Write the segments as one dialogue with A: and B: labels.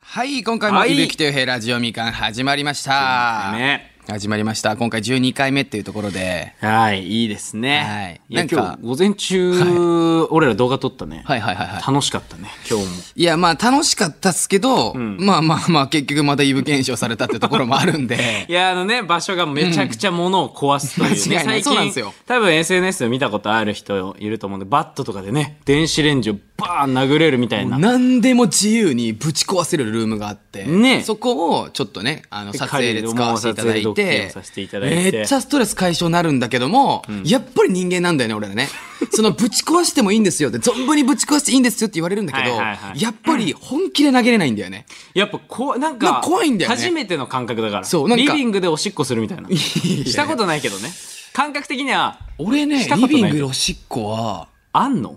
A: はい、今回も
B: はい
A: いびきというへラジオみかん始まりました。
B: ね。
A: 始まりました。今回12回目っていうところで。
B: はい、いいです
A: はい
B: ね。いや、
A: なん
B: 今
A: か
B: 日、午前中、俺ら動画撮ったね。
A: はいはいはいはい。
B: 楽しかったね、今日も。
A: いや、まあ楽しかったっすけど、まあまあまあ結局またイブ検証されたってところもある んで。
B: いや、あのね、場所がめちゃくちゃ物を壊すという
A: う
B: ね。
A: ん間違いない
B: 最近
A: そうなんですよ
B: 多分 SNS で見たことある人いると思うんで、バットとかでね、電子レンジをバーン殴れるみたいな。
A: 何でも自由にぶち壊せるルームがあって、
B: ね
A: そこをちょっとね、あの、撮影で使わせていただ
B: も
A: いう
B: 撮
A: て
B: 影で撮影をさせていただいて
A: めっちゃストレス解消になるんだけども、やっぱり人間なんだよね、俺ら ね。その、ぶち壊してもいいんですよって、存分にぶち壊していいんですよって言われるんだけど、
B: はいはいはい
A: やっぱり本気で投げれないんだよね。
B: やっぱこう、な
A: なん
B: んか
A: か、怖いんだよね
B: 初めての感覚だから。
A: そうなんか
B: リビングでおしっこするみたいな。したことないけどね。感覚的には、
A: 俺ね
B: し、たこ
A: リ
B: とない
A: ビングのおしっこは、
B: あんの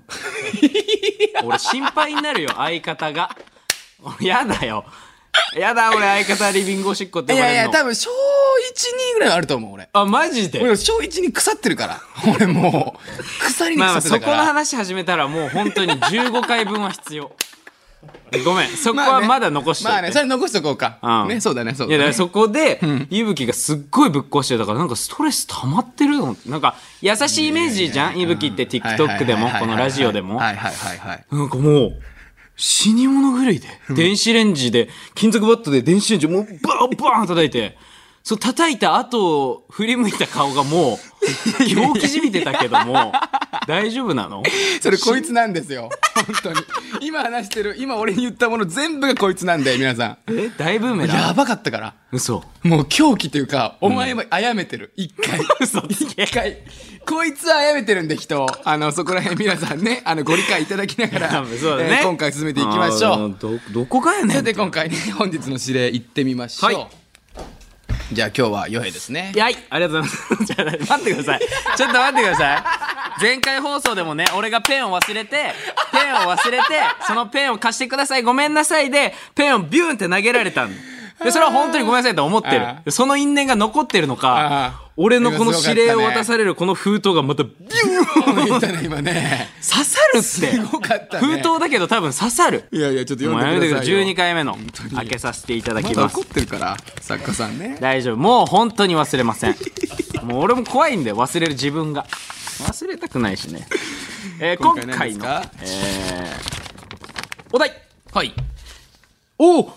B: 俺心配になるよ、相方が。俺やだよ。やだ、俺相方リビングおしっこって
A: い
B: 呼ば
A: やい
B: れる
A: や、
B: の。
A: 多分小1、2ぐらいはあると思う、俺。
B: あ、マジで
A: 俺小1に腐ってるから。俺もう、腐りに
B: ま
A: 腐
B: あまあ
A: って
B: そ
A: た
B: こ
A: か
B: の
A: ら。
B: 話始めたらもう本当に15回分は必要。ごめん、そこは
A: ね
B: まだ残して
A: まあね、それ残しとこうか。ね、そうだね、そう
B: いや
A: だ
B: だか
A: ね
B: ら。そこで、ゆぶきがすっごいぶっ壊してたから、なんかストレス溜まってるのなんか、優しいイメージじゃんゆぶきって
A: はいはいはい
B: TikTok でも、このラジオでも。
A: はいはいはいはい。
B: なんかもう、死に物狂いで、電子レンジで、金属バットで電子レンジをもうバーンバーン叩いて、そう叩いた後、振り向いた顔がもう、狂気じみてたけども、大丈夫なの
A: それこいつなんです よ。本当に。今話してる、今俺に言ったもの全部がこいつなんで、皆さん。
B: え大ブーメラン
A: やばかったから。
B: 嘘。
A: もう狂気というか、お前はあやめてる。一 回。
B: 嘘つけ
A: 一回。こいつはあやめてるんで、人を。あの、そこら辺皆さんね、あの、ご理解いただきなが ら、
B: そうだね
A: えー今回進めていきまし
B: あ
A: ょう。
B: ーど、どこかやね
A: さ
B: ん。
A: て今回ね、本日の指令行ってみましょう。
B: はい
A: じゃあ今日はヨヘですね。
B: はい、ありがとうございます。じゃ あ待ってください。ちょっと待ってください。前回放送でもね、俺がペンを忘れて、ペンを忘れて、そのペンを貸してください、ごめんなさいで、ペンをビューンって投げられたんで、それは本当にごめんなさいと思ってる
A: あ。
B: でその因縁が残ってるの
A: あ
B: か
A: あ、
B: 俺のこの
A: すごかった
B: 指
A: ね
B: 令を渡されるこの封筒がまたビュー ン
A: 言ったね、今ね。
B: 刺さる
A: す
B: っ。
A: ごかってた
B: 封
A: ね。
B: 筒だけど多分刺さる。
A: いやいや、ちょっと
B: もう
A: 読
B: や
A: んで
B: めて
A: く
B: く
A: だ
B: だ
A: さ
B: さ
A: い
B: い。
A: よ。
B: 12回目の開けさせていただき
A: まだ
B: ます
A: 怒っ。てるから、作家さんね。
B: 大丈夫もう本当に忘れませんもう俺も怖いんで忘れる自分が忘れたくないしね、えー今
A: 今
B: 回
A: 回
B: の
A: 何
B: えーお題
A: はい。
B: お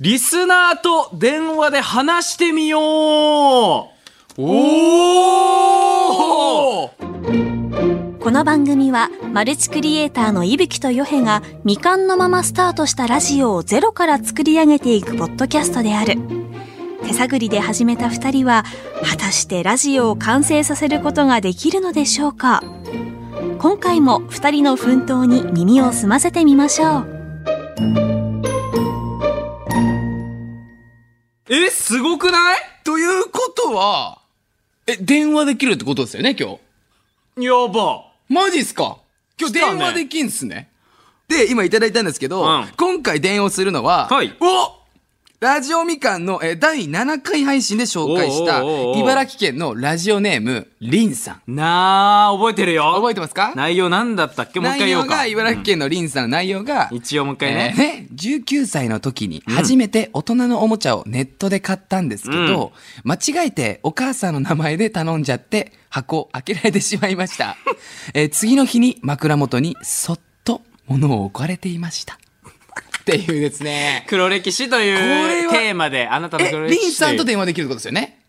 B: リスナーと電話で話してみようおお
C: この番組はマルチクリエイターの伊吹とヨヘが未完のままスタートしたラジオをゼロから作り上げていくポッドキャストである手探りで始めた2人は果たしてラジオを完成させることができるのでしょうか今回も2人の奮闘に耳を澄ませてみましょう
B: えすごくない
A: ということは、え、電話できるってことですよね、今日。
B: やば
A: マジっすか今日
B: 来たね
A: 電話できんすね。で、今いただいたんですけど、
B: うん
A: 今回電話するのは、
B: はい
A: おラジオみかんのえー第7回配信で紹介した、
B: おうおうおうおう
A: 茨城県のラジオネーム、りんさん。
B: なあ覚えてるよ
A: 覚えてますか
B: 内容なんだったっけもう一回
A: 内
B: 言お
A: 容
B: うか
A: が、茨城県のりんさんの内容が、
B: 一応もう一回
A: え
B: ね
A: ー、ね、19歳の時に初めて大人のおもちゃをネットで買ったんですけど、間違えてお母さんの名前で頼んじゃって箱を開けられてしまいました、えー次の日に枕元にそっと物を置かれていましたっていうですね
B: 黒歴史とい
A: これ
B: う
A: は
B: テーマであなたの
A: え
B: 黒歴
A: リン
B: 史と
A: さ
B: い
A: ん
B: う
A: と電話できるってことですよね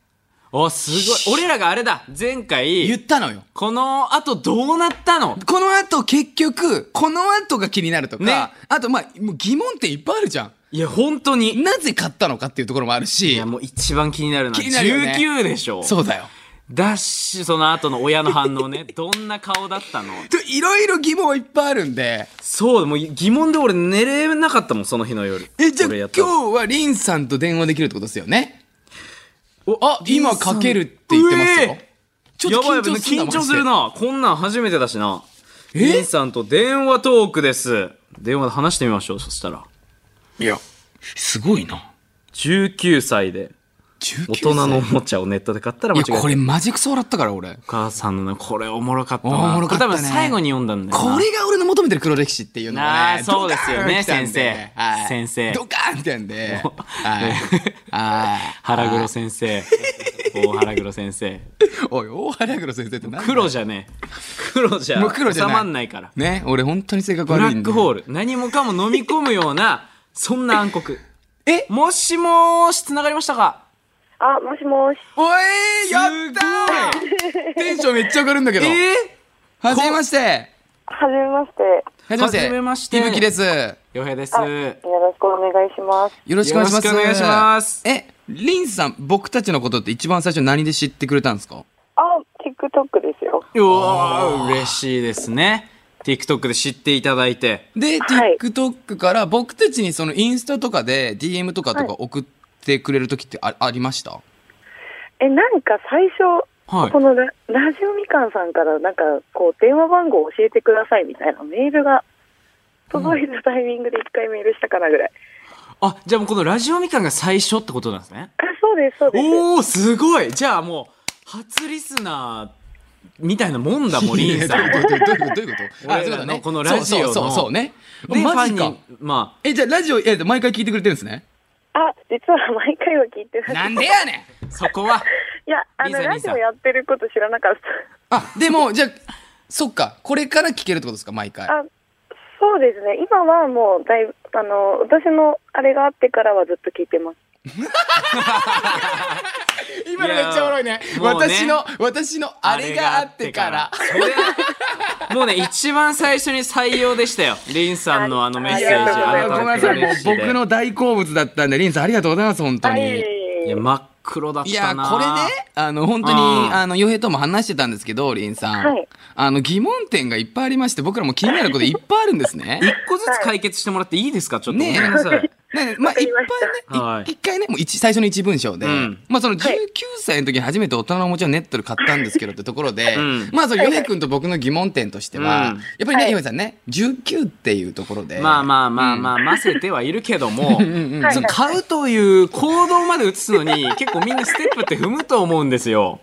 B: おすごい俺らがあれだ前
A: 言
B: 回
A: ったのよ
B: この後どうなったの
A: この後結局この後が気になるとか、
B: ね
A: あとまあもう疑問点いっぱいあるじゃ
B: いや本当に
A: んなぜ買ったのかっていうところもある
B: い
A: し
B: やもう一番気になるのは
A: 気になるよね
B: 19でしょ
A: そうだよ
B: だしその後の親の反応ね どんな顔だったの
A: といろいろ疑問いっぱいあるんで
B: そうもう疑問で俺寝れなかったもんその日の夜
A: え、じゃあ
B: 俺や
A: 今
B: ったの
A: 日はリンさんと電話できるってことですよね
B: お
A: あ、今かけるって言ってます
B: う
A: よ
B: え。
A: ち
B: やばいやばい
A: んな
B: 緊張する。なこんなん初めてだしな
A: え
B: リンさんと電話トークです電話で話してみましょうそしたら
A: マジでいや、すごいな。
B: 19歳で
A: 19歳
B: 大人のおもちゃをネットで買ったら
A: い
B: 間違
A: や
B: いない
A: これマジクソ笑ったから俺
B: お母さんのねこれおもろかった
A: お
B: な
A: もろかったね
B: 多分最後に読んだんだよな
A: これが俺の求めてる黒歴史っていうのが
B: あー
A: ね
B: そうですよね
A: ドカーン来たんで
B: 先生
A: はい
B: 先生
A: ドカーン来たんではい はい
B: 腹黒 先生大原黒先生
A: おい大原黒先生って何
B: 黒じゃねえ黒じゃ
A: もう黒じゃない
B: 収まんないから
A: ね俺本当に性格
B: ブ
A: 悪
B: ラ
A: いん
B: ッ
A: で
B: クホール何もかも飲み込むようなそんな暗黒
A: え
B: もしもーしつながりましたか
D: あ、もしもし。
A: おいやったーテンションめっちゃ上がるんだけど
B: え
A: はじめまして
D: はじめまして。よ
A: はじめまして
B: はじめまして
A: いぶきですよ
B: ーよへですよ
D: ろしくお願いします。
A: ろしくお願いします
B: よろしくお願いします
A: えりんさん僕たちのことって一番最初何で知ってくれたんですか
D: あ、TikTok ですよ。
B: ー嬉しいですね TikTok で知っていただいて
A: で、
D: はい
A: TikTok から僕たちにそのインスタとかで DM とかとか送ってくれる時ってあ,、ありました
D: え、なんか最初、
B: はい
D: このララジオみかんさんから、なんかこう、電話番号を教えてくださいみたいなメールが届いたタイミングで一回メールしたかなぐらい。
B: あじゃあもうこのラジオみかんが最初ってことなんですね
D: あ、そうです、そうです。
B: おおすごいじゃあもう初リスナーみたいなもんだもんリンさん
A: いやどういう
B: は
A: ことどういうことどういうことあ
B: 俺ら
A: そ
B: の
A: うだね
B: このラジオ
A: そ
B: の
A: うそうそうそうね。
B: でフ
A: マ
B: ァ
A: ジ
B: ン
A: か
B: に。ま
A: え、じゃあラジオ、え、毎回聞いてくれてるんですね。
D: あ、実は毎回は聞いてない。
A: なんでやねん
B: あそこはい
D: や、あ
B: リ
D: の、
B: サ
D: ラ
B: リ
D: ジ
B: サ
D: オやってること知らなかった。
A: あ、でも、じゃあ、そっか、これから聞けるってことですか、毎回。
D: あそうですね、今はもうだいぶ、あの、私のあれがあってからはずっと聞いてます。
A: 今のめっちゃおもろいね。
B: いやもうね
A: 私の、私の あれがあってから。
B: それはもうね一番最初に採用でしたよリンさんのあのメッ
D: あ
B: セ
D: り
B: ー
D: が
B: ジ
D: とう
B: あ
D: ございます
A: ごめん
B: な
A: なさい、もう
B: たの黒歴史で
A: 僕の大好物だったんで、リンさんありがとうございます、本当に。
B: いや真っ黒だっ
A: い
B: た
A: や
B: な
A: これねあの本当に
B: うん
A: あの洋平とも話してたんですけどりんさん、
D: はい
A: あの疑問点がいっぱいありまして僕らも気になることいっぱいあるんです ね。
B: 一個ずつ解決してもらっていいですかちょっとご
A: ね
B: め
A: え
B: んなさい
A: ねまあ、いっ
D: か
A: ぱい
D: りました
A: ね、い
B: はい
A: 一回ね、もう一、最初の一文章で、
B: うん
A: まあその19
D: い
A: 歳の時に初めて大人のおもちゃをネットで買ったんですけどってところで、
B: うん
A: まあその、ヨヘ君と僕の疑問点としては、
B: うん
A: やっぱりね、ヨヘさんね、19っていうところで、
B: まあまあまあまあ、ませてはいるけど も、その買うという行動まで移すのに、結構みんなステップって踏むと思うんですよ。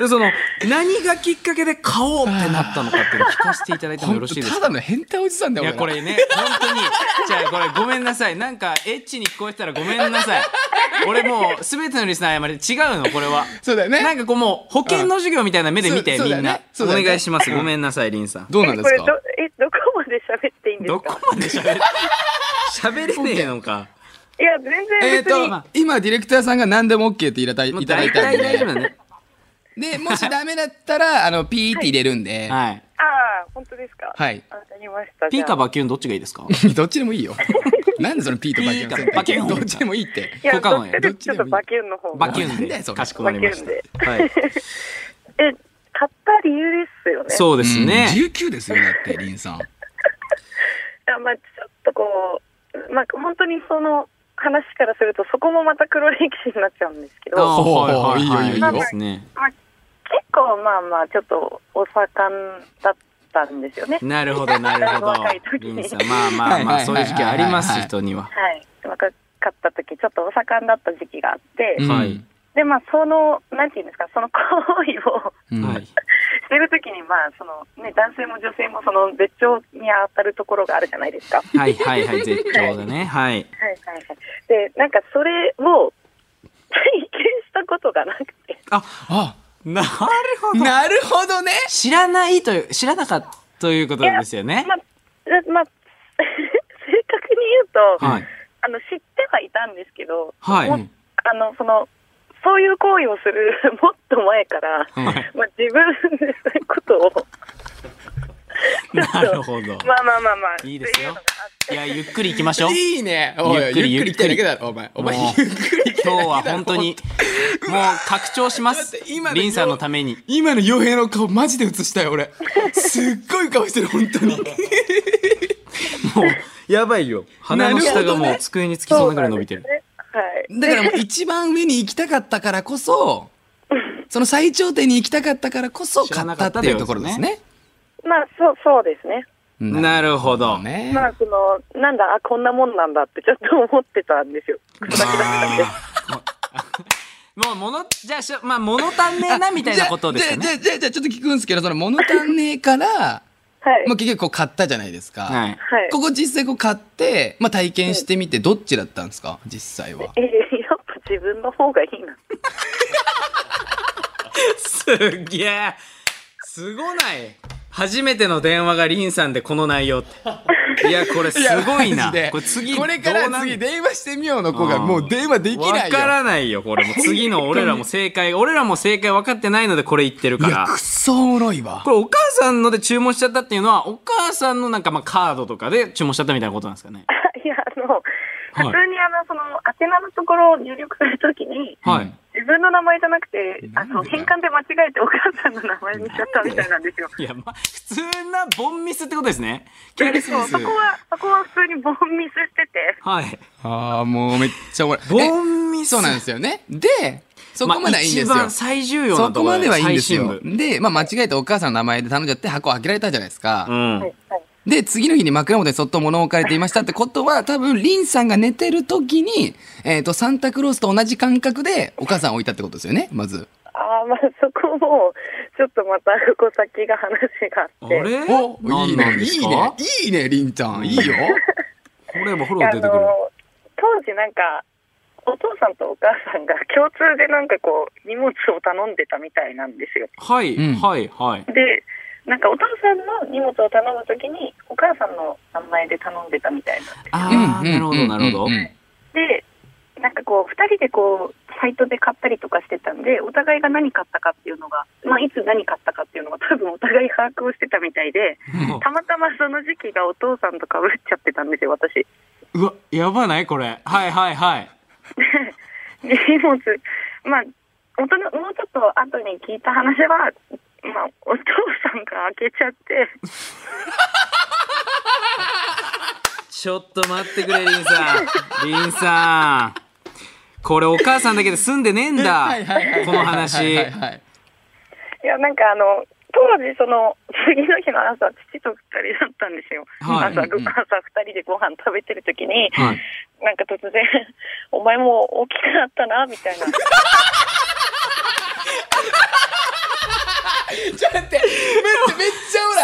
B: で、その、何がきっかけで買おうってなったのかっていうのを聞かせていただいても
A: 本
B: よろ
A: 当
B: しいです
A: た
B: か
A: だの変態おじさんだ
B: い
A: よ、
B: や、
A: 俺
B: これね、本当に、じゃあこれごめんなさい。なんか、エッチに聞こえてたらごめんなさい。俺もう、すべてのリスナー謝り、違うの、これは。
A: そうだよね
B: なんかこう、もう、保険の授業みたいな目で見て、
A: うんそう
B: み
A: そうだよ
B: ん
A: ね
B: な。
A: そ
B: お
A: うだよね
B: 願いします。ごめんなさい、リンさん。
A: どうなんで
D: こ
A: す
D: れど
A: か
D: えどこまで喋っていいんで
B: ど
D: す
B: こ
D: か
B: まで喋れ、喋れねえのか。
D: いや全然
A: えっ、
D: 別に、
A: と、今、ディレクターさんが何でも OK っていただい
B: も
A: いうただ
B: 大
A: いたん
B: 体大丈
A: で
B: 夫、だね。
A: で、もしダメだったら、あの、ピーって入れるんで、は
B: はい。
D: ああ本当ですか
A: はい
D: わかりました
B: ピー
D: じゃ
B: か
D: あ
B: バキュンどっちがいいで すか
A: い、どっちでも いいよ。なんでそのピーとバキュンの選択
B: ピーかバキュン
A: どっちでもいいって。
D: いや
B: 効果
D: ど
B: 音
D: っ
B: や
D: ちでちょっとバキュンの方が
B: バキュ
A: なん
B: ン
A: だ
B: で
A: よそれ
B: かしこまりまし
D: バ
B: た。 はい、
D: え買った理由ですよね
B: そうですね。
A: うん19ですよ、だって、リンさん。
D: いやまあちょっとこうまあ本当にその話からするとそこもまた黒歴史になっちゃうんですけど
B: あ
D: ま
B: ー
D: あ
A: ほうほう
B: はいはいはい
A: いい
D: よいいよ
B: ですね。
D: 結構まあまあちょっとお盛んだったんですよね
B: なるほど、なるほど
D: 若い。時
B: リンさん、まあまあま
A: は
B: あ、
A: いはいはいはい
B: そういう時期あります、人には。
D: はい若かった時ちょっとお盛んだった時期があって、
A: うん
B: はい
D: でまあそのなんていうんですかその行為を
A: うん
B: はい。
D: してる時にまあそのね男性も女性もその絶頂に当たるところがあるじゃないですか。はい
B: はいはいはい、絶頂だね。はい。
D: はいはい。でなんかそれを体験したことがなくて、
A: あ、
B: なるほど。
A: なるほどね。
B: 知らないという、知らなかったということですよね
D: ま。あえまあ 正確に言うと、
B: はい
D: あの知ってはいたんですけど、
B: はい
D: もうあのそのそういう行為をする もっと前から、
B: はい
D: まあ自分でそういうこ とを
B: なるほど。
D: まあまあまあまあ
B: いいですよ
D: ってうのが
B: いや、ゆっくり行きましょう。
A: いいね。おい
B: ゆっくり
A: ゆっくり来てだけだろ、お前。お前、ゆっくり来てだ
B: 今
A: けだ
B: 日
A: ろ
B: は本当に。、も う拡張します
A: だって今。の
B: リンさんのために。
A: 今の傭兵の顔マジで映したよ、俺。すっごい顔してる、本当 に。
B: もう、やばいよ。鼻の下がもう机につきそうなぐらい伸びてる。
D: はい。
A: だからもう一番上に行きたかったからこそ、その最頂点に行きたかったからこそ買ったっていうところですね。
D: まあそうそうですね。
B: なるほど。
A: ね。
D: まあそのなん だあこんなもんなんだってちょっと思ってたんですよ。
B: あーもう物、じゃあしょ、まあ、物足んねえなみたいなことですよ
A: じゃ
B: ね。
A: あじゃあじゃあじゃあちょっと聞くんですけどその物足んねえから、
D: はい
A: まあ、結局こう買ったじゃないですか、
B: はい。
D: はい
A: ここ実際こう買って、まあ、体験してみてどっちだったんですか実際は
D: えーやっぱ自分の方がいいな
B: すっげえ。すごない。初めての電話がリンさんでこの内容って。いや、これすごいな。
A: やマジで
B: これ次、
A: これから
B: どうなん
A: 次電話してみようの子が
B: うん
A: もう電話できない
B: わ
A: よ
B: からないよ、これも。次の俺らも正解、俺らも正解分かってないのでこれ言ってるか
A: いや
B: ら。
A: くっそおもろいわ
B: これお母さんので注文しちゃったっていうのは、お母さんのなんかまあカードとかで注文しちゃったみたいなことなんですかね。
D: いや、あの、普通にあの、その、宛名のところを入力するときに、
B: はい。
D: 自分の名前じゃなくて、あ
A: なん
D: の、
A: でだよ
D: 変換で間違えてお母さんの名前にしちゃったみたいな んですよ。
B: いや、まあ、普通なボンミスってことですね。キャリス
D: そ
B: ミ
D: う
B: ス
D: そ。こは、そこは普通にボンミスしてて、
B: はい。
A: ああもうめっちゃおもろい
B: ボンミ
A: え
B: ス。
A: そうなんですよねでそこまではいいんですよ、
B: まあ一番最重要な
A: そ
B: と
A: こ
B: こ
A: ま
B: ろ
A: ではいいんですよ
B: 最深部
A: で、まあ、間違えてお母さんの名前で頼んじゃって箱開けられたじゃないですか、
B: うん。
D: はいはい
A: で、次の日に枕元にそっと物を置かれていましたってことは、多分、リンさんが寝てる時に、えっ、と、サンタクロースと同じ感覚で、お母さん置いたってことですよね、まず。
D: ああ、まあそこも、ちょっとまた、ここ先が話があ
B: あ
D: って。
B: れ
A: いい
B: 何な
A: ね
B: ん、で
A: い
B: す
A: い
B: か
A: ね、いいね、リンちゃん、いいよ。
B: これもフォロー
D: あ
B: 出
D: の
B: てくる。、
D: 当時なんか、お父さんとお母さんが共通でなんかこう、荷物を頼んでたみたいなんですよ。
B: はい、
A: うん
B: はい、はい。
D: で、なんかお父さんの荷物を頼むときに、お母さんの名前で頼んでたみたいな。
B: ああ、
A: うん
B: なるほ
A: う
B: ど、
A: ん
B: なるほど
A: うんう。ん
D: で、なんかこう、二人でこう、サイトで買ったりとかしてたんで、お互いが何買ったかっていうのが、まあ、いつ何買ったかっていうのが多分お互い把握をしてたみたいで、
B: うん
D: たまたまその時期がお父さんとかぶっちゃってたんですよ、私。
B: うわ、やばないこれ。はい、はい、はい。
D: で、荷物、まあ、大人、もうちょっと後に聞いた話は、まあ、お父さんが開けちゃ って、
B: ちょっと待ってくれ、リンさん。リンさん。これお母さんだけで住んでねえんだ
A: はいはいはい。
B: この話。
A: はいはい
D: いや、なんかあの、当時その、次の日の朝、父と二人だったんですよ。
B: はい
D: 朝、
A: うんうん
D: 朝二人でご飯食べてる時に、
B: はい
D: なんか突然、お前もう大きくなったな、み たいな。
A: ちょっと待って、めっちゃ、めっちゃおもろ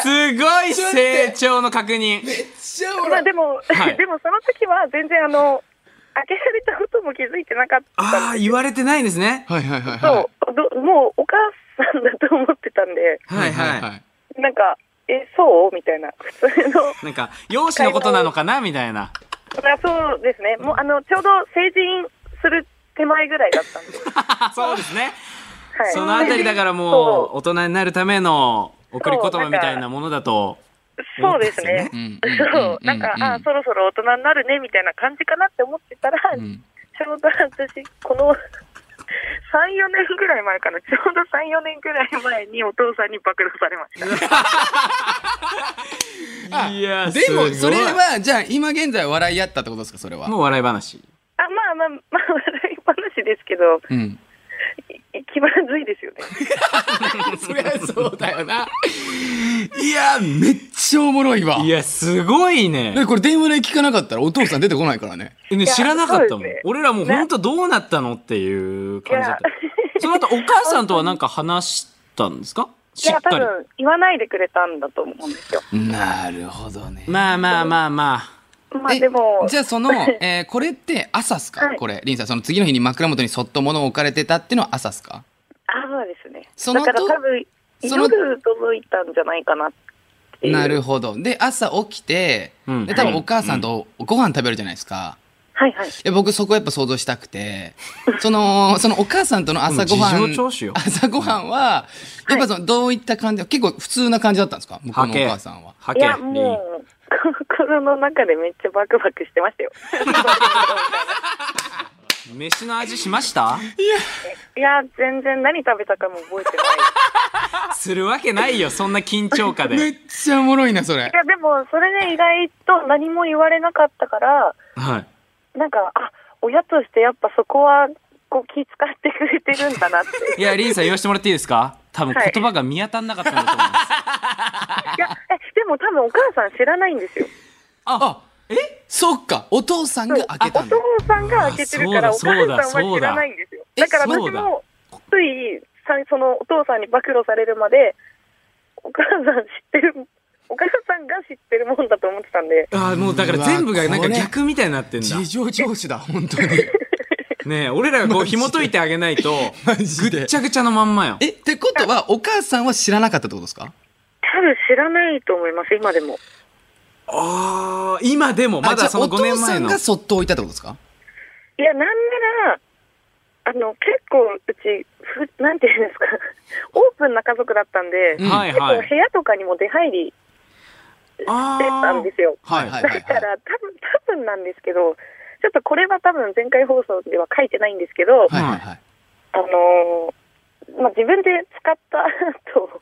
A: い。
B: すごい成長の確認。
A: めっちゃおも
D: ま
A: ろ
D: あ
A: い。
D: でも、
B: はい
D: でもその時は全然あの、開けられたことも気づいてなかった
B: あ
D: ん
B: あ、
D: で
B: 言われてないんですね。
A: はいはいはい
D: すよ。そうどもうお母さんだと思ってたんで、
B: はいはい。
A: い。
D: なんか、え、そうみたいな。普通の、
B: なんか、容姿のことなのかなみたいな。
D: あそうですね。もうあの、ちょうど成人する手前ぐらいだったんで。
B: あそうですね。
D: はい。
B: そのあたりだからもう、大人になるための送り言葉みたいなものだと。
D: そうですね。
A: うん
D: そう、なんか、あそろそろ大人になるね、みたいな感じかなって思ってたら、
A: う
D: ち
A: ん
D: ょうど私、この 、3、4年ぐらい前かな、ちょうど3、4年ぐらい前にお父さんに暴露されました。
A: あ
B: い や
A: でも、
B: す
A: そ
B: ごい
A: れは、じゃあ、今現在笑い合ったってことですか、それは。
B: もう笑い話。
D: あ、まあまあ、まあ、笑い話ですけど、
A: うん。
D: い気まずい ですよね。
A: そりゃそうだよな。いやー、めっちゃおもろいわ。
B: いや、すごいね。
A: でこれ電話で聞かなかったらお父さん出てこないからね。
B: ね、知らなかったも、
D: そうんですね
B: 俺らもう本当どうなったのっていう感じだった
D: い
B: その後お母さんとはなんか話したんですか
D: い
B: し
D: や、
B: っ
D: 多
B: かり
D: 分、言わないでくれたんだと思うんですよ。
A: なるほどね
B: まあまあまあま
D: まあでも、
A: じゃあ その、えーこれって朝っすか、
D: はい
A: これ、リンさん、その次の日に枕元にそっと物を置かれてたっていうのは朝っすか
D: あ、そうですね。
A: その
D: だから
A: と
D: 多分、
A: その
D: 夜届いたんじゃないかなっていう。
A: なるほど。で、朝起きて、
B: うん
A: で、多分お母さんとご飯食べるじゃないですか。
D: はいはい。
A: いや僕そこやっぱ想像したくて、その、そのお母さんとの朝ごは
B: うん
A: ん
B: 事情聴取よ、
A: 朝ごはんは、やっぱその、どういった感じ、結構普通な感じだったんですか向こうのお母さんは。
B: あはい
D: や、
B: けり
D: もう、心の中でめっちゃバクバクしてましたよ。
B: 飯の味しました
D: いや、全然何食べたかも覚えてない。
B: するわけないよそんな緊張感
A: め
B: で
A: っちゃおもろいな、それ
D: い。や、でも、それで意外と何も言われなかったから、
B: はい
D: なんか、あ、親としてやっぱそこは、こう気遣ってくれてるんだなって。
B: いやリンさん言わせてもらっていいですか多分
D: はい
B: 言葉が見当たんなかったんだと思います、
D: いや、え、でも多分お母さん知らないんですよ。
B: あえ
A: そっか、お父さんが開けた
D: あ
A: んだ。
D: お父さんが開けてるから、
B: あ
D: お
B: そうだ
D: 母さんは
B: そうだそうだ
D: 知らないんですよ。
B: え
D: だから
B: そう
D: 私
B: だ
D: もついさそのお父さんに暴露されるまでお母さん知ってるお母さんが知ってるもんだと思ってたんで
B: ああ、もうだから全部がなん
A: うわ
B: か
A: これ
B: 逆みたいになってんだ。
A: 事情聴取だ、本当に。
B: ねえ、俺らがこう
A: マジで
B: 紐解いてあげないと、
A: マジ
B: ぐっ
A: で
B: ち。ゃぐちゃのまんまよ。
A: え、ってことは、お母さんは知らなかったってことですか
D: 多分知らないと思います今でも
B: ああ、今でも、
A: あ
B: ま
A: じゃ
B: だ
A: あ
B: その5
A: お
B: 年
A: 父さ
B: 前
A: ん
B: の
A: が。そっと置いたってことですか
D: いやなんならあの結構うちふなんていうんですかオープンな家族だったんで、
A: ん
B: はい
D: 結
B: は
D: 構
B: い。
D: 部屋とかにも出入り
B: あ
D: してたんですよ
B: あ。はい。
A: はい
D: だから多分多分なんですけどちょっとこれは多分前回放送では書いてないんですけど、
A: はいはいはい。
D: あのーまあ、自分で使った 後、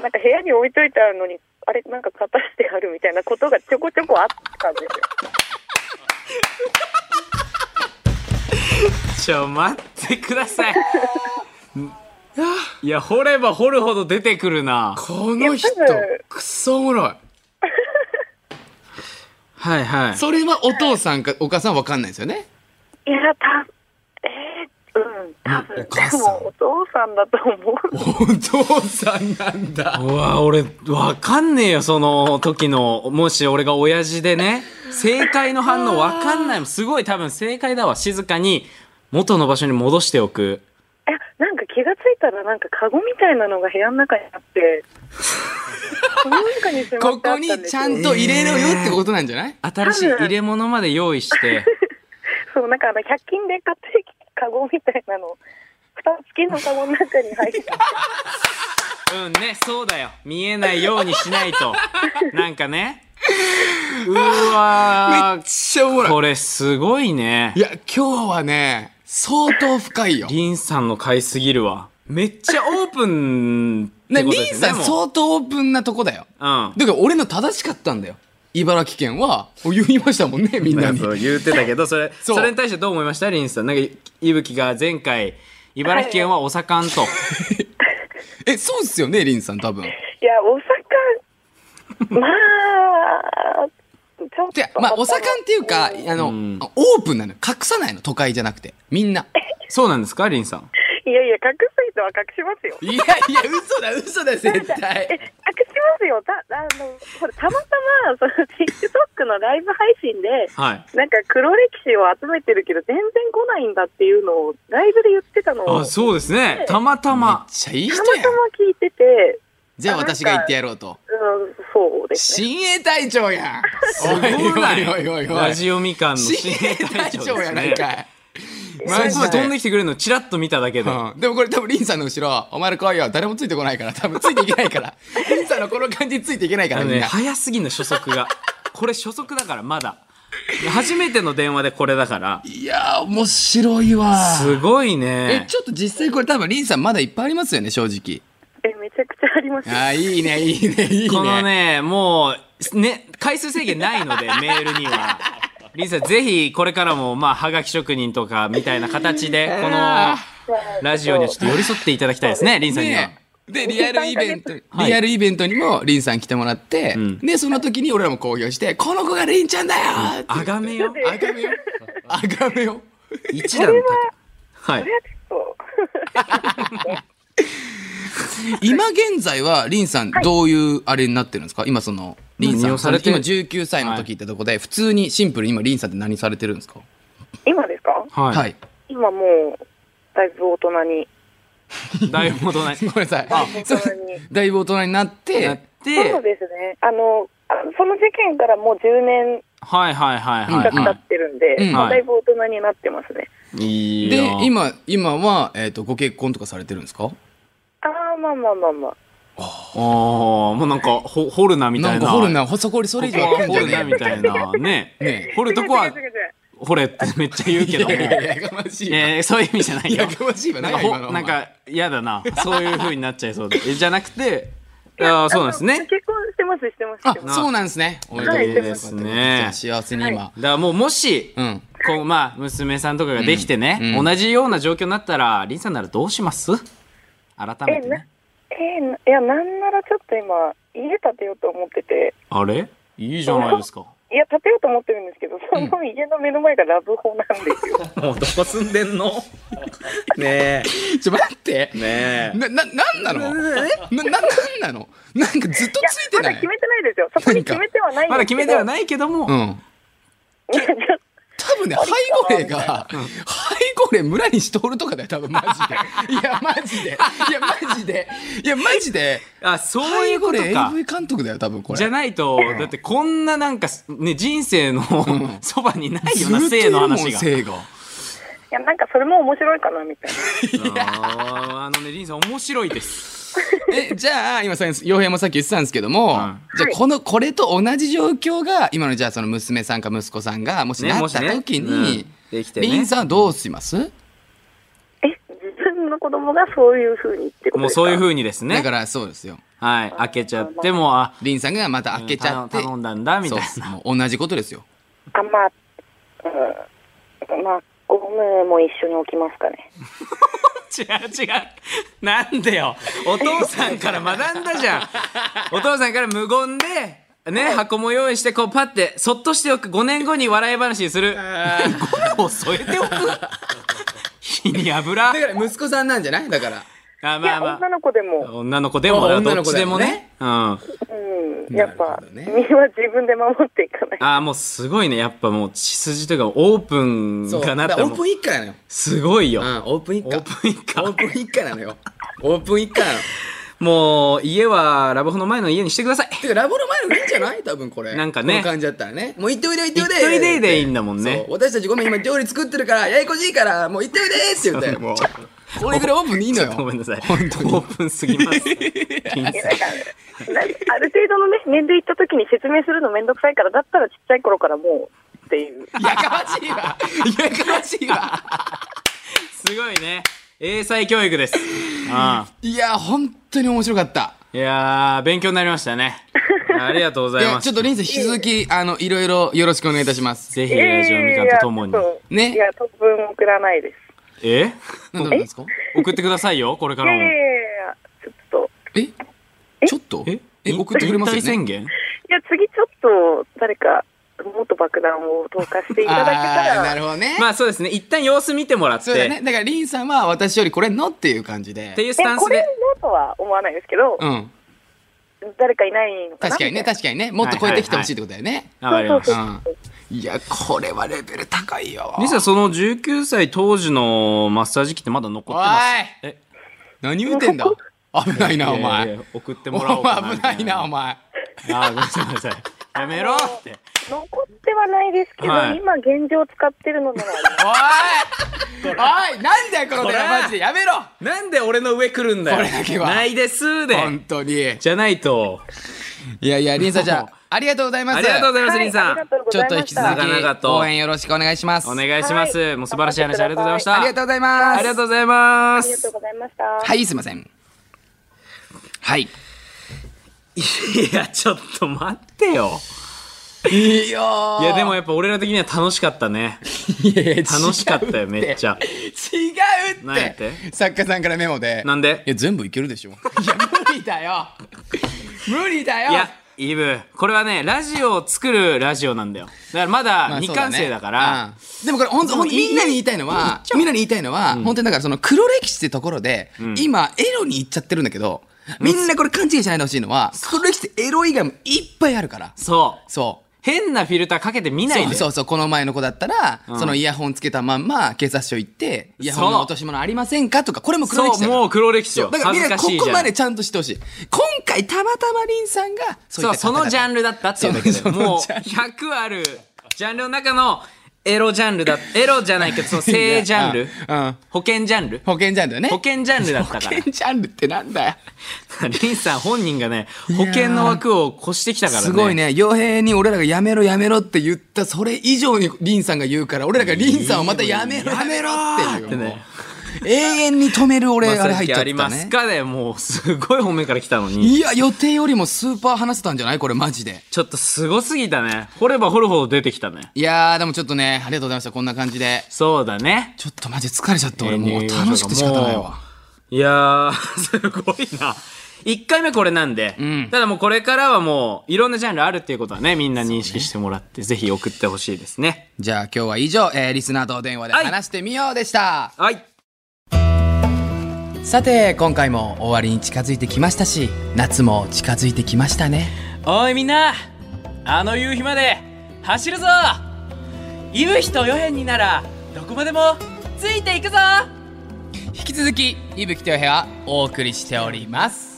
D: なんか部屋に置いといたのに、あれ、なんか片してあるみたいなことがちょこちょこあったんですよ。
B: ちょ、待ってください。いや、掘れば掘るほど出てくるな。
A: この人
D: いや多分、
A: くっそおもろい。
B: はいはい。
A: それはお父さんかお母さんは分かんないですよね。
D: いや、た、えー、うん、多分、でもお父さんだと思う。
A: お父さんなんだ。
B: うわ俺わかんねえよその時のもし俺が親父でね 正解の反応わかんないもんすごい多分正解だわ静かに元の場所に戻しておく
D: え、なんか気がついたら、なんかカゴみたいなのが部屋の中に あって、この中にしま
A: こ
D: ってあ
A: こ
D: っ
A: に
D: たんです
A: ち
D: よ
A: ゃんと入れろよってことなんじゃない
B: 新しい入れ物まで用意して
D: そう、なんかあの、100均で買ってきたカゴみたいなの、蓋付きのカゴの中に入って、
B: うんねそうだよ見えないようにしない となんかねうわ
A: めっちゃおもろい。
B: これすごいね
A: いや、今日はね、相当深いよ。
B: リンさんの買いすぎるわめっちゃオープンって
A: ね、
B: ことで
A: リン
B: すね
A: さん
B: もう
A: 相当オープンなとこだよ。
B: うん
A: だから俺の正しかったんだよ。茨城県は、言いましたもんね、みんなに。
B: そう言ってたけどそれ
A: そ
B: そうれに対してどう思いましたリンさんなんかいぶきが前回茨城県はお盛 んと、
A: え、そうっすよね、リンさん多分。
D: いや、お魚、まあ、ちょっ
A: で
D: と。
A: まあ、お盛んっていうか、あの、
B: うん
A: オープンなのよ隠さないの、都会じゃなくて。みんな。
B: そうなんですかリンさん
D: いやいや、隠す人は隠しますよ。
A: いやいや、嘘だ、嘘だ、絶対
D: え、隠しますよ。た、あの、ほら、たまたま、その、TikTok のライブ配信で、
B: はい
D: なんか黒歴史を集めてるけど、全然来ないんだっていうのを、ライブで言ってたのを、
B: あそうですねたまた
A: めっ
B: ま
A: ちゃいい
D: た
A: 人
D: ま
A: や
D: た
A: ん
D: ま。聞いてて、
A: じゃあ私が言ってやろうと。
D: うん、そうですね。
A: 新鋭隊長やん。す
B: すごない
A: おいおいおい
B: ラ。ジオみかんの
A: 新
B: 新
A: 鋭
B: 鋭
A: 隊
B: 隊 長
A: 長
B: で
A: や
B: す
A: ない
B: ね
A: かい。
B: マジで
A: はい
B: 飛んできてくれるのチラッと見ただけで、
A: うん、でもこれ多分リンさんの後ろ、お前ら来いよ。誰もついてこないから、多分ついていけない から。リンさんのこの感じついていけないか
B: あ
A: ら、
B: の
A: みん
B: ね
A: な。
B: 早すぎんの初 速がこれ初速だからまだ初めての電話でこれだから
A: いやー、面白いわ
B: すごい
A: え
B: ね、
A: ちょっと実際これ多分リンさんまだいっぱいありますよね、正直。
D: え、めちゃくちゃありますよ。
A: あーいいね、いいね、いいね。
B: このね、もう、ね、回数制限な いので、メールには。リンさん、ぜひ、これからも、まあ、はがき職人とか、みたいな形で、この、ラジオにはちょっと寄り添っていただきたいですね、リンさんには。
A: ねで、リアルイベント、
B: はい
A: リアルイベントにもリンさん来てもらって、
B: ん
A: で、その時に俺らも公表して、この子がリンちゃんだよって
B: あがめよ。
A: あがめよ。あがめよ。
B: 一段高はい。
D: そう
A: 今現在はリンさんどういうあれになってるんですか今そのリンさ
B: 何
A: ん
B: をされて
A: 今19歳の時ってとこで普通にシンプルに今リンさんって何されてるんですか
D: 今ですか
A: は
B: はい
D: 今もう、だいぶ大人に。
B: い。だいぶ戻ない。
A: ごめんなさい
D: あ
A: そう
D: 大人に
A: だいぶ大人になっ
B: やってて
D: そう、ですね。あの、あその事件からもう10年
B: はいはいはいは
D: 近
B: い
D: く経
B: は
D: ってるんで、
A: うん
D: まあ
B: はい
D: だいぶ大人になってますね。
B: い。いい
A: で
B: よ。
A: 今今はえっとご結婚とかされてるんですか
D: ああ、まあまあまあまあ。
B: おーもうなんか、ほ掘るなみた
A: ないんか
B: な。
A: 掘るなそこそれ以上
B: ここ
A: 来
B: は
A: るん
B: 掘
A: じゃね
B: るなみたいな。ね
A: えね
B: 掘るとこは
D: 違う違う違う違う
B: 掘れってめっちゃ言うけ
A: え
B: ども。
A: いやいややかましいわ
B: えーそういう意味じゃないよ
A: や。かましいわ
B: なん
A: 何
B: か
A: や今
B: ほ
A: のお
B: な
A: 前
B: んか嫌だなそういう風になっちゃいそうでえじゃなくてああそうなんですね
D: 結婚してます、してます、
A: あ
D: してます。
A: そうなんですねおめでとうございます
B: いいですね
A: 幸せに今
B: だからもうもし、
A: うん
B: こうまあ娘さんとかができてね、
A: うんうん
B: 同じような状況になったらりんさんならどうします改めてね
D: えーいや、なんならちょっと今、家建てようと思ってて、
B: あれいいじゃないですか
D: いや、建てようと思ってるんですけど、その家の目の前がラブホなんですよ。
B: もうどこ住んで んのね
A: ちょ、待って
B: え。。ねえ。
A: な、な、なんなのな、な、なんなのなんかずっと
D: いや
A: ついて
D: ま
A: な
D: だ決
A: い
D: めてないですよ。そこに決めてはないんですけど。
B: まだ決めてはいないけども、
A: うん。
D: や。ちょっと
A: 多分ね、背後霊が、背後霊村にしとるとかだよ、多分マジ で。いや、マジで。いや、マジで。いや、マジで。
B: あ、そういうこと
A: 背
B: か
A: 後。霊 AV 監督だよ、多分これ。
B: じゃないと、だってこんななんか、ね、人生の そばにないような
A: ずっとい
B: 性
A: る
B: の
A: もん
B: 話が。
A: 性が。
D: いや、なんかそれも面白いかな、みたいな。
B: あーあのね、リンさん面白いです。
A: え、じゃあ、今さ、洋平もさっき言ってたんですけども、
B: うん
A: じゃあ、この、これと同じ状況が、今のじゃあ、その娘さんか息子さんが、もし
B: ね
A: な
B: も
A: っ
B: したね
A: 時
B: うん
A: に、
B: できてね
A: リンさんはどうします
D: え、自分の子供がそういう風にってこと
B: もう
D: ですか
B: そういう
D: う
B: 風にです
A: だ
B: ね
A: か。ら、そうですよ。
B: はい。開けちゃっても、あ、
A: リンさんがまた開けちゃって、
B: うん頼頼んだんだみたいな
A: そうですもう同じことですよ。
D: あ、まあ、うん、まあ、ゴムも一緒に置きますかね。
B: 違う違う。なんでよ。お父さんから学んだじゃん。お父さんから無言で、ね、箱も用意して、こうパって、そっとしておく。5年後に笑い話にする。ゴムを添えておく。火に油。あ
A: だから、息子さんなんじゃないだから。
B: まあ
D: いや、
B: まあ
D: 女。の子でも、
B: 女の子でも、
A: あ
B: どっちでもね。うん。あ
D: うん、やっ
A: な
D: ぱ
A: る、ほどね
D: 身は自分で守っていかない。
B: あ、もうすごいね。やっぱもう血筋というかオープン
A: そう。
B: か
A: だ
B: なっ
A: か
B: て
A: ら
B: 思
A: オ
B: う
A: ープン一家なのよ。
B: すごいよ
A: う。ん、オープン一
B: オ
A: 家。
B: ープン一家
A: オープン一家なのよ。オープン一家なの。
B: もう、家はラブホの前の家にしてください。
A: てか、ラボの前のいいんじゃない多分これ。
B: なんかね
A: この感じだったらね。もう行っておいで行っておいで。
B: 行っておいででいいんだもんね
A: そう私たちごめん、今料理作ってるから、ややこしいから、もう行っておいでって言 って。 もう。これぐらいオープンでいいのよ。
B: ごめんなさい。
A: 本当に
B: オープンすぎ ます。
D: いやだからなんかある程度のね、年齢いった時に説明するのめんどくさいから、だったらちっちゃい頃からもうっていう。
A: やかましいわ。やかましいわ。
B: すごいね。英才教育です。ああ
A: いや、本当に面白かった。
B: いやー、勉強になりましたね。ありがとうござ
A: い
B: い
A: や、
B: ま
A: ち
B: す
A: ょっ。とリンさん、引き続き、あの、いろいろよろしくお願いいたします。
B: ぜひ、ラジオみかんとともに
D: いや。いやちょっと
A: ね
D: いや、特分送らないです。
B: え
A: なんでなんですか
B: 送ってくださいよ、これか
D: いや
B: ら
D: い
B: も
D: やい。や、ちょっと。
A: えちょっと
B: え
A: え、送ってくれます
B: 引退
A: よ
B: 宣
A: ね。
B: 言
D: いや、次ちょっと、誰か、もっと爆弾を投下していただけた
A: ああー、
D: ら、
A: なるほどね。
B: まあそうですね、一旦様子見てもらっ
A: そうだ
B: て、
A: ね。だから、リンさんは私よりこれのっていう感じで。
B: っていうス
D: え
B: タン
D: こ
B: ス
D: れ
B: で。
D: のとは思わないですけど、
A: うん。
D: 誰かいないのかな
A: 確かにね、確かにね。もっと超えてきてほしいってことだよね。
B: あわかりま
D: そう
B: し
D: そう
B: た。
A: うん。いや、これはレベル高いよ。
B: 実はその19歳当時のマッサージ機ってまだ残ってます。
A: お
B: え
A: 何言う てんだ危ないな、お
B: いやい
A: 前
B: や。送って
A: お
B: もらおうかな
A: 前危ないな、お前。
B: あーごめんなさいごめんなさい。やめろって。
D: 残ってはないですけど、
B: はい
D: 今現状使ってるのなら、
A: おいおいなんだよ、この
B: こ
A: 電
B: れ
A: 話マジで。やめろ
B: なんで俺の上来るんだよ。
A: これだけは
B: ないですで。
A: 本当に。い
B: じゃないと。
A: やいや、リンさん、じゃあ、ありがとうございます。
B: ありがとうございます、
D: は
B: りんさ
D: ありが
B: ん。
D: とうご
A: ちょっ
D: ざい
A: と引
D: ま
A: き
D: し
A: 続
D: た。
B: 長々
A: き、
B: と
A: 応援よろしくお願いします。
B: お願いします。
D: はい
B: もう素晴らしい話ありがとうございました。
A: ありがとうございます。
B: ありがとうございま
D: ありがとう
B: す。
D: ございました。
A: はい、すいません。はい。
B: いや、ちょっと待ってよ。
A: いやー
B: いや、でもやっぱ俺ら的には楽しかったね。
A: いやいや
B: 楽しかったよ、
A: 違う
B: めっちゃ。
A: 違うっ
B: 何や
A: て
B: って
A: 作家さんからメモで
B: なんで
A: いや全部いけるでしょいや無理だよ無理だよ
B: いや、イブ、これはね、ラジオを作るラジオなんだよ。だからまだ未完成だから、、
A: そうねうんでもこれ本当
B: もう
A: 本当みんなに言いたいのはみんなに言いたいのは、本当にだからその黒歴史ってところで、今エロに行っちゃってるんだけどみんなこれ勘違いしないでほしいのは、黒歴史ってエロ以外もいっぱいあるから
B: そう。
A: そう
B: 変なフィルターかけてみない
A: そう
B: で。
A: そうそうこの前の子だったら、
B: ん
A: そのイヤホンつけたまんま警察署行ってイヤホン
B: そう
A: の落とし物ありませんかとかこれも黒
B: そ
A: 歴
B: う、
A: 史だから
B: もう黒歴史よ。
A: だからみん
B: 恥ず
A: な
B: か
A: こ
B: しい
A: こ
B: じゃ
A: ま
B: ん
A: で。ちゃんとしてほしい今回たまたまりんさんがそういっ
B: そう、
A: た
B: そ
A: 方々
B: のジャンルだったっていうだけで、
A: そうその
B: もう
A: ジャンル
B: 100あるジャンルの中のエロジャンルだ、エロじゃないけど、その性ジャンル
A: うんうん、
B: 保険ジャンル、
A: 保険ジャンルだよね
B: 保険ジャンルだったから
A: 保。険ジャンルってなんだよ
B: リンさん本人がね、保険の枠を越してきたからね。
A: すごい。ね傭兵に俺らがやめろやめろって言ったそれ以上にりんさんが言うから俺らがりんさんをまたやめろやめろっていう
B: ってね
A: もう永遠に止める俺
B: ま
A: あ
B: あ、
A: れ
B: さっ
A: 入っち
B: き
A: ゃったね
B: ありますかで、もうすごい方面から来たのに。
A: いや予定よりもスーパー話せたんじゃないこれマジで
B: ちょっとすごすぎたね。掘れば掘るほど出てきたね。
A: いやーでもちょっとねありがとうございましたこんな感じで
B: そうだね。
A: ちょっとマジで疲れちゃった俺
B: えー
A: もう楽しくて仕方ないわ
B: いやー、すごいな。 1回目これなんで、
A: うん
B: ただもうこれからはもういろんなジャンルあるっていうことはねみんな認識してもらって、ぜひ送ってほしいですね
A: じゃあ今日は以上、えーリスナーとお電話で
B: はい
A: 話してみようでした、
B: はい
A: さて今回も終わりに近づいてきましたし夏も近づいてきましたね
B: おいみんなあの夕日まで走るぞいぶひとよへんにならどこまでもついていくぞ
A: 引き続き伊吹とよへはお送りしております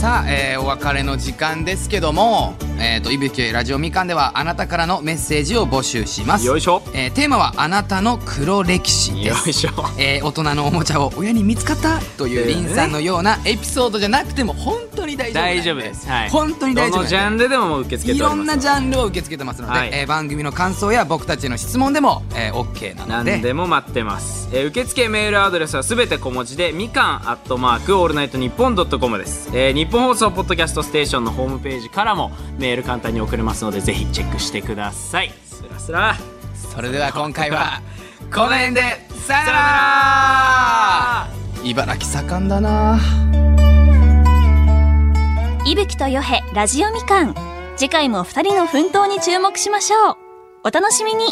A: さあ、えーお別れの時間ですけども、えー、と伊吹とよへラジオみかんではあなたからのメッセージを募集します
B: よいしょ
A: えーテーマはあなたの黒歴史で
B: よ
A: す
B: いしょ
A: えー大人のおもちゃを親に見つかったというリンさんのようなエピソードじゃなくても本当に大丈夫なん
B: 大丈夫です、はい、
A: 本当に大丈
B: ど
A: 夫
B: のジャ
A: なんで
B: ンルでももう受け付け
A: い
B: てお
A: ろ
B: ります
A: んなジャンルを受け付けてますので、
B: はい
A: えー番組の感想や僕たちへの質問でも、えー、OK なので
B: 何でも待ってます、えー受付メールアドレスはすべて小文字でみかんアットマークオールナイトニッポンドットコムです、えー日本放送ポッドキャストステーションのホームページからもメール簡単に送れますのでぜひチェックしてくださいすらすら
A: それでは今回 はこの辺でさよ
B: さ
A: な
B: よな
A: ら
B: ら
A: 茨城盛んだな
C: いぶきとよへラジオみかん次回も2人の奮闘に注目しましょうお楽しみに